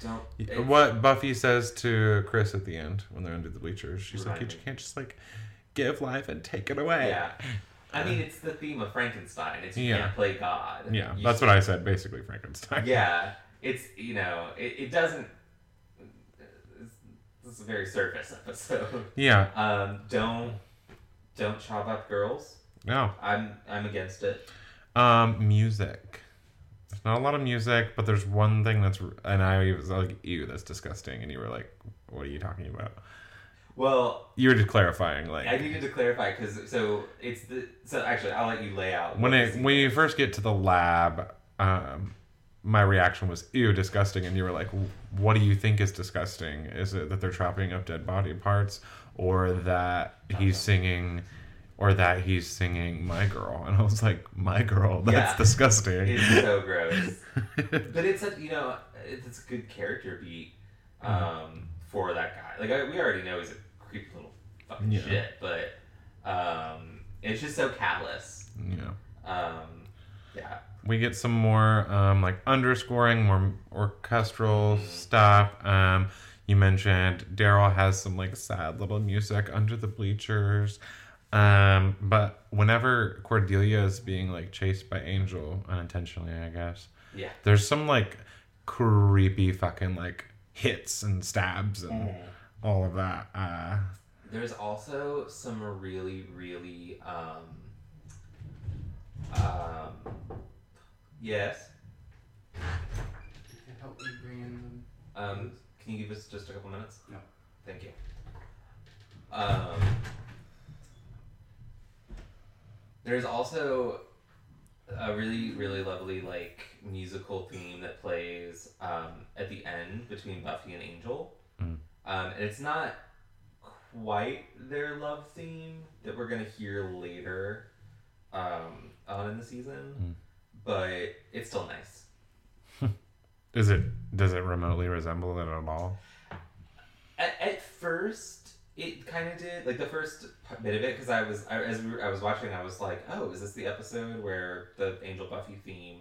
D: Don't.
C: Yeah,
D: it's-
C: What Buffy says to Chris at the end when they're under the bleachers, she's like, "You
D: Remind me.
C: can't just like give life and take it away."
D: Yeah. I mean, it's the theme of Frankenstein. It's you
C: Yeah.
D: can't play God.
C: Yeah,
D: You-
C: that's what I said. Basically, Frankenstein.
D: Yeah. It's, you know, it, it doesn't. It's, this is a very surface episode.
C: Yeah.
D: Um, don't. Don't chop up girls.
C: No.
D: I'm I'm against it.
C: Um, music. There's not a lot of music, but there's one thing that's, and I was like, "Ew, that's disgusting," and you were like, "What are you talking about?"
D: Well,
C: You were just clarifying, like,
D: I needed to clarify because so it's the so actually I'll let you lay out
C: when
D: what
C: it
D: this-
C: when you first get to the lab, um, my reaction was ew, disgusting, and you were like, "What do you think is disgusting? Is it that they're chopping up dead body parts, or that he's singing, or that he's singing my girl?" And I was like, "My girl, that's
D: Yeah.
C: disgusting."
D: It's so gross. but it's a you know it's, it's a good character beat um, for that guy. Like I, we already know he's a creepy little fucking
C: Yeah.
D: shit, but um, it's just so callous.
C: yeah.
D: Um, yeah,
C: We get some more um, like underscoring, more orchestral stuff. Um, you mentioned Daryl has some like sad little music under the bleachers. Um, but whenever Cordelia is being like chased by Angel unintentionally, I guess
D: yeah.
C: there's some like creepy fucking like hits and stabs and all of that. Uh,
D: There's also some really really um, um, yes.
B: Can help me bring in
D: Um, can you give us just a couple minutes?
B: No.
D: Thank you. Um, there's also a really, really lovely like musical theme that plays um, at the end between Buffy and Angel,
C: Mm.
D: um, and it's not quite their love theme that we're gonna hear later um, on in the season, but it's still nice.
C: is it does it remotely resemble it at all?
D: at, at first it kind of did like the first p- bit of it because i was I, as we were, i was watching i was like oh is this the episode where the angel buffy theme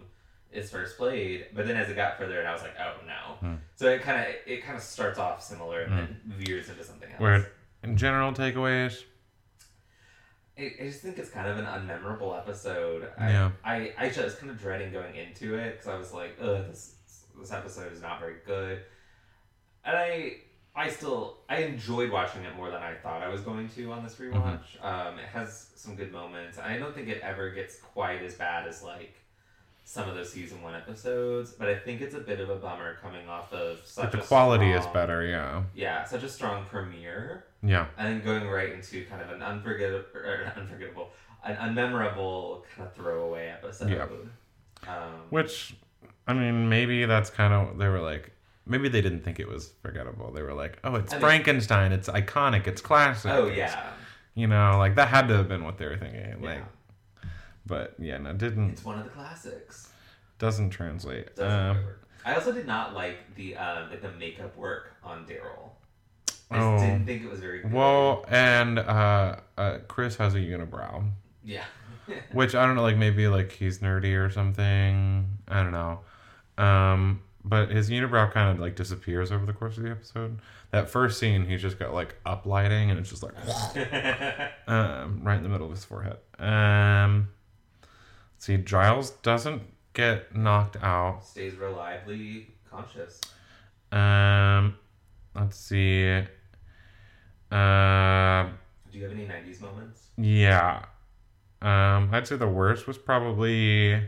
D: is first played but then as it got further and i was like oh no
C: Hmm.
D: so it kind of it kind of starts off similar and then veers into something else
C: Where in general takeaways,
D: I, I just think it's kind of an unmemorable episode
C: Yeah.
D: I, I, I just kind of dreading going into it because i was like ugh this, this episode is not very good and I I still I enjoyed watching it more than I thought I was going to on this rewatch.
C: Mm-hmm.
D: Um, it has some good moments. I don't think it ever gets quite as bad as like some of those season one episodes, but I think it's a bit of a bummer coming off of such
C: like the
D: a
C: quality is
D: strong-
C: better. Yeah,
D: Yeah, such a strong premiere,
C: yeah.
D: and then going right into kind of an unforgettable, or unforgettable, an unmemorable kind of throwaway episode. Um,
C: Which, I mean, maybe that's kind of they were like, maybe they didn't think it was forgettable. They were like, oh, it's
D: I mean-
C: Frankenstein, it's iconic, it's classic.
D: oh
C: it's-
D: yeah,
C: you know, like that had to have been what they were thinking. Like, hmm.
D: Yeah.
C: but yeah, no, didn't
D: it's one of the classics.
C: doesn't translate.
D: Doesn't
C: Uh,
D: really work. I also did not like the uh, like the makeup work on Daryl. I
C: Oh.
D: just didn't think it was very good.
C: well, and uh, uh, Chris has a unibrow,
D: yeah,
C: which I don't know, like maybe like he's nerdy or something. I don't know. Um, but his unibrow kind of like disappears over the course of the episode. That first scene, he's just got like up lighting, and it's just like. um, right in the middle of his forehead. Um, let's see, Giles doesn't get knocked out.
D: stays reliably conscious.
C: Um, let's see. Uh,
D: Do you have any '90s moments?
C: yeah. Um, I'd say the worst was probably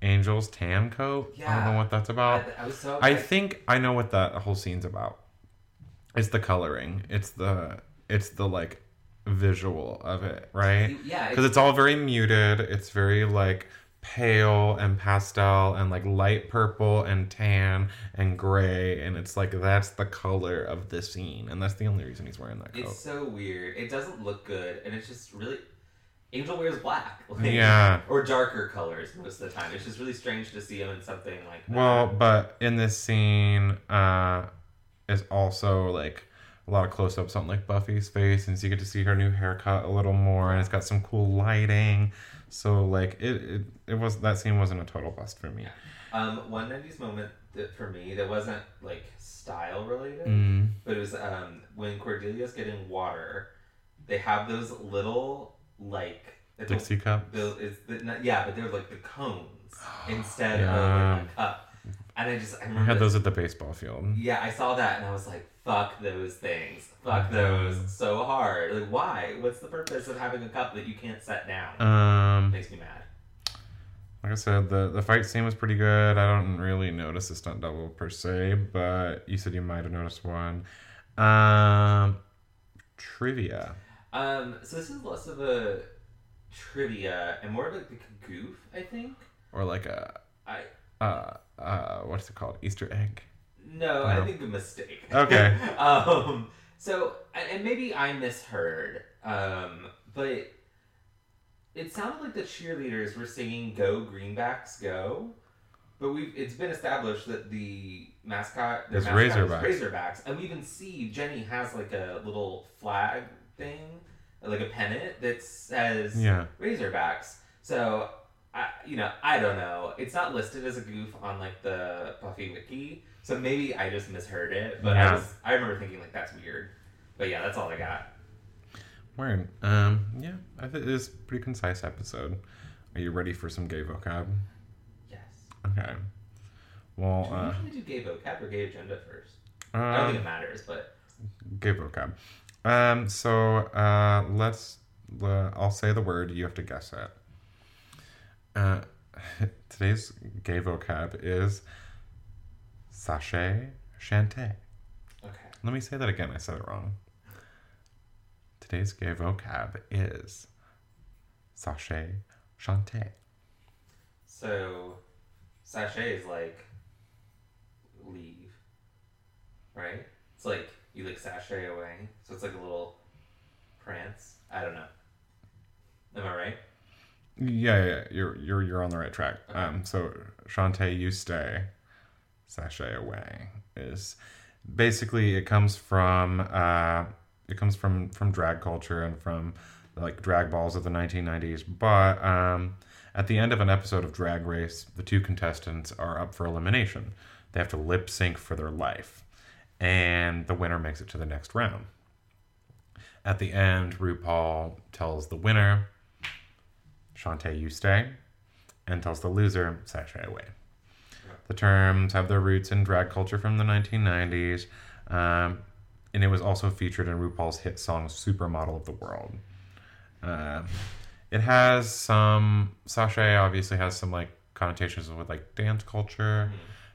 C: Angel's tan coat. I don't
D: Yeah.
C: know what that's
D: I,
C: about.
D: I was so
C: I
D: upset.
C: think I know what that whole scene's about. It's the coloring. It's the it's the like visual of it, right?
D: You- yeah,
C: Because it's all very muted. It's very like pale and pastel and like light purple and tan and gray, and it's like that's the color of the scene, and that's the only reason he's wearing that coat.
D: It's so weird. It doesn't look good, and it's just really. Angel wears black, like,
C: Yeah.
D: or darker colors most of the time. It's just really strange to see him in something like that.
C: Well, but in this scene, uh, is also like a lot of close ups on like Buffy's face, and so you get to see her new haircut a little more, and it's got some cool lighting. So like it, it, it was that scene wasn't a total bust for me.
D: um, one '90s moment that for me that wasn't like style related,
C: Mm.
D: but it was um when Cordelia's getting water. They have those little like it's a-
C: Dixie cup.
D: the, it's the, not, yeah, but they're like the cones instead
C: Yeah.
D: of like, a cup. And I just I
C: I
D: remember
C: had those at the baseball field.
D: Yeah, I saw that and I was like, fuck those things. Fuck those so hard. Like, why? What's the purpose of having a cup that you can't set down?
C: Um,
D: makes me mad.
C: like I said, the the fight scene was pretty good. I don't really notice the stunt double per se, but you said you might have noticed one. Um, trivia.
D: Um, so this is less of a trivia and more of like a goof, I think.
C: or like a
D: I
C: uh uh what's it called Easter egg?
D: no, I
C: No.
D: think a mistake.
C: Okay.
D: um, so and and maybe I misheard. Um, but it sounded like the cheerleaders were singing "Go Greenbacks Go," but we've it's been established that the mascot their
C: It's
D: mascot is
C: Razorbacks.
D: Razorbacks, and we even see Jenny has like a little flag thing, like a pennant that says
C: Yeah.
D: Razorbacks. So, I, you know, I don't know. It's not listed as a goof on like the Buffy wiki, so maybe I just misheard it. But
C: Yeah.
D: I was, I remember thinking like that's weird. But yeah, that's all I got.
C: Word. Um yeah, I think it's a pretty concise episode. Are you ready for some gay vocab?
D: Yes.
C: Okay. Well,
D: Do we
C: uh,
D: usually do gay vocab or gay agenda first? I don't think
C: um
D: it matters, but
C: gay vocab. Um so uh let's uh, I'll say the word, you have to guess it. Uh today's gay vocab is sachet chanté.
D: okay.
C: Let me say that again. I said it wrong. Today's gay vocab is sachet chanté.
D: So, sachet is like leave, right? It's like you like sachet away. So it's like a little prance. I don't know. Am I right?
C: Yeah, yeah, yeah, you're you're you're on the right track. Um, so chanté, you stay, sachet away is basically it comes from uh, it comes from from drag culture and from like drag balls of the 1990s. But um, at the end of an episode of Drag Race, the two contestants are up for elimination. They have to lip sync for their life, and the winner makes it to the next round. At the end, RuPaul tells the winner, Shantae, you stay, and tells the loser, sashay away. The terms have their roots in drag culture from the 1990s, um, and it was also featured in RuPaul's hit song Supermodel of the World. Uh, it has some, sashay obviously has some like connotations with like dance culture.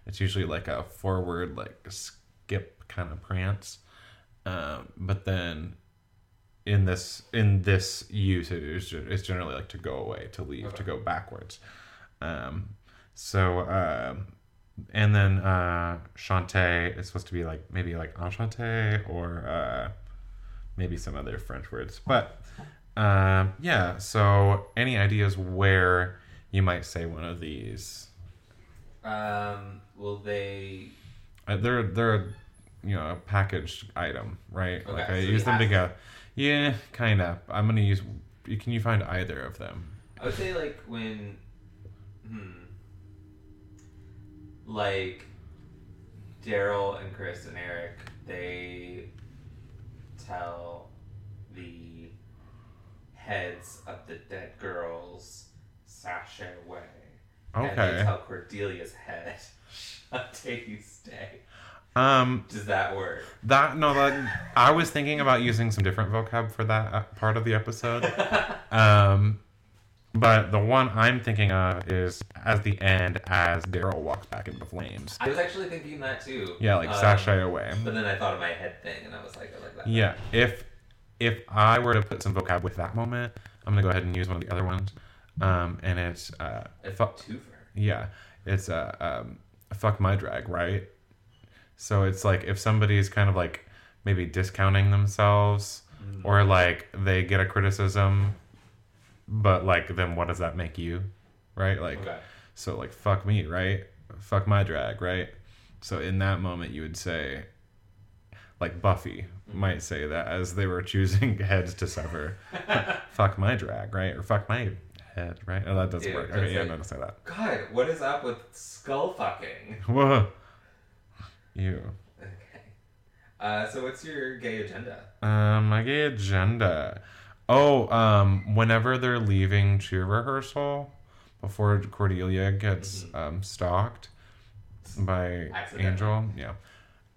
C: It's usually like a forward, like skip kind of prance. Um, but then in this in this use it is ge- it's generally like to go away to leave to go backwards um so um and then uh chante is supposed to be like maybe like enchanté or uh maybe some other french words but um yeah so any ideas where you might say one of these
D: Um, will they?
C: uh, they're they're you know a packaged item right like
D: Okay,
C: i
D: so
C: use
D: you
C: them to
D: have-
C: go yeah kind of i'm gonna use you can you find either of them
D: I would say like when, hmm, like Daryl and Chris and Eric, they tell the heads of the dead girls sashay away. And they
C: Okay.
D: tell Cordelia's head, "Shantae, you stay."
C: Um.
D: Does that work?
C: That no. That I was thinking about using some different vocab for that uh, part of the episode. Um. But the one I'm thinking of is at the end as Daryl walks back into the flames.
D: I was actually thinking that too.
C: Yeah, like
D: Um,
C: sashay away.
D: But then I thought of my head thing, and I was like, I like that.
C: Yeah, if if I were to put some vocab with that moment, I'm gonna go ahead and use one of the other ones. Um, and it's uh,
D: A
C: fu-
D: twofer.
C: yeah, it's uh, um, fuck my drag, right? So it's like if somebody's kind of like maybe discounting themselves, or like they get a criticism, but like then what does that make you, right? Like
D: Okay.
C: so like fuck me, right? Fuck my drag, right? So in that moment you would say like Buffy might say that as they were choosing heads to sever. fuck my drag, right? Or fuck my head, right? Oh that doesn't
D: Dude,
C: work.
D: that's
C: Okay, yeah, I'm
D: like-
C: not gonna say that.
D: God, what is up with skull fucking?
C: Whoa. You.
D: Okay. Uh, so what's your gay agenda?
C: Um my gay agenda. Oh, um whenever they're leaving cheer rehearsal before Cordelia gets um stalked by
D: Accidentally.
C: Angel. Yeah.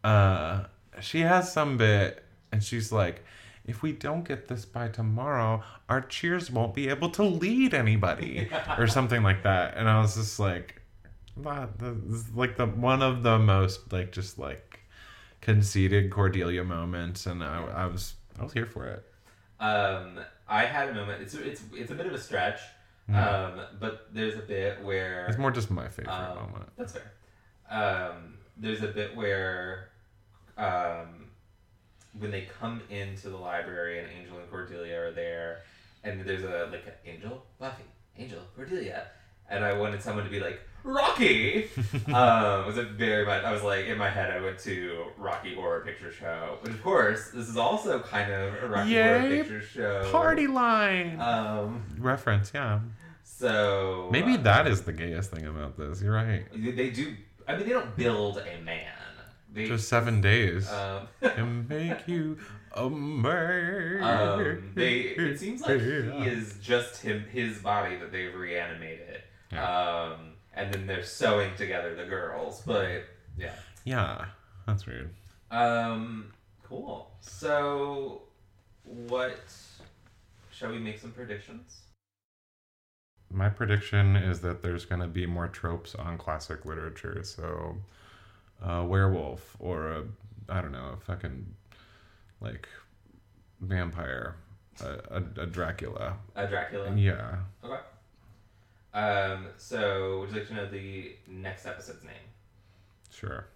C: Uh, she has some bit, and she's like, if we don't get this by tomorrow, our cheers won't be able to lead anybody, or something like that. And I was just like, that, that is like the one of the most like just like conceited Cordelia moments, and I, I was I was here for it.
D: Um, I had a moment. It's it's it's a bit of a stretch. Um, but there's a bit where
C: Mm-hmm. It's more just my favorite
D: Um,
C: moment.
D: That's fair. Um, there's a bit where, um, when they come into the library and Angel and Cordelia are there, and there's a like a, Angel Buffy, Angel Cordelia, and I wanted someone to be like Rocky. um, was it very much? I was like in my head. I went to Rocky Horror Picture Show, but of course this is also kind of a Rocky Horror
C: Yay,
D: Picture Show
C: Party line
D: Um,
C: reference, yeah.
D: so uh,
C: Maybe that is the gayest thing about this. You're right.
D: They they do. I mean, they don't build a man. They
C: Just seven days.
D: um,
C: can make you a man.
D: um, they. It seems like he is just him, his body that they've reanimated. Um, and then they're sewing together the girls, but yeah.
C: Yeah, that's weird.
D: Um, cool. So, what? Shall we make some predictions?
C: My prediction is that there's going to be more tropes on classic literature. So, a werewolf or a, I don't know, a fucking like vampire, a, a, a Dracula.
D: Uh, Dracula.
C: Yeah.
D: Okay. Um, so would you like to know the next episode's name?
C: Sure.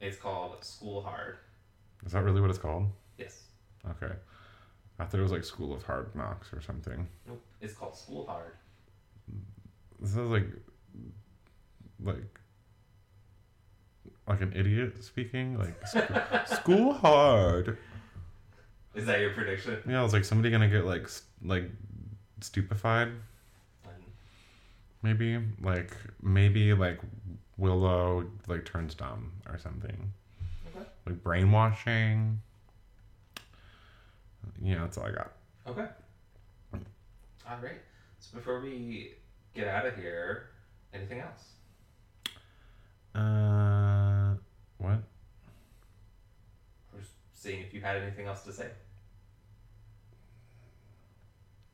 D: It's called School Hard.
C: Is that really what it's called?
D: Yes.
C: Okay. I thought it was like School of Hard Knocks or something.
D: Nope. It's called School Hard.
C: This is like, like, like an idiot speaking. Like sc- school hard.
D: Is that your prediction?
C: Yeah, I was like, somebody gonna get like s- like stupefied. Maybe like maybe like Willow like turns dumb or something.
D: Okay.
C: Like brainwashing. Yeah, that's all I got.
D: Okay. All right. So before we get out of here, anything else?
C: Uh, what?
D: I'm just seeing if you had anything else to say.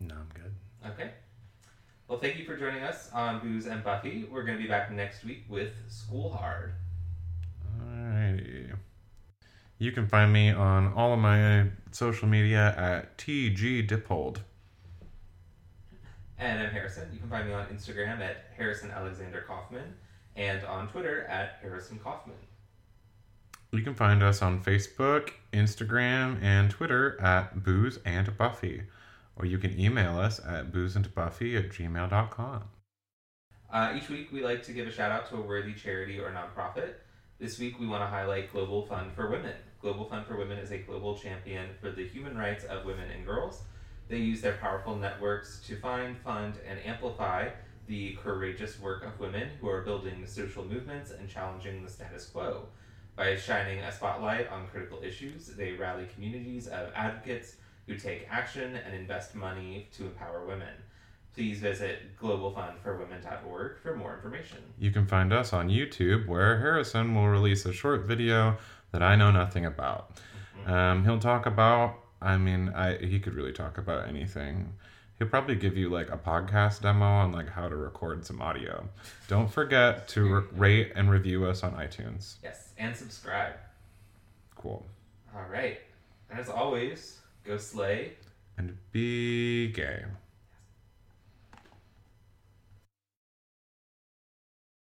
C: No, I'm good.
D: Okay. Well, thank you for joining us on Booze and Buffy. We're going to be back next week with School Hard.
C: Alrighty. You can find me on all of my social media at TG Diphold.
D: And I'm Harrison. You can find me on Instagram at Harrison Alexander Kaufman and on Twitter at Harrison Kaufman.
C: You can find us on Facebook, Instagram, and Twitter at Booze and Buffy. Or you can email us at boozeandbuffy at gmail.com.
D: Uh, each week, we like to give a shout out to a worthy charity or nonprofit. This week, we want to highlight Global Fund for Women. Global Fund for Women is a global champion for the human rights of women and girls. They use their powerful networks to find, fund, and amplify the courageous work of women who are building social movements and challenging the status quo. By shining a spotlight on critical issues, they rally communities of advocates who take action and invest money to empower women. Please visit globalfundforwomen.org for more information.
C: You can find us on YouTube, where Harrison will release a short video that I know nothing about. Um, he'll talk about, I mean, I, he could really talk about anything. He'll probably give you like a podcast demo on like how to record some audio. Don't forget to re- rate and review us on iTunes.
D: Yes, and subscribe.
C: Cool.
D: All right. And as always, go slay.
C: And be gay.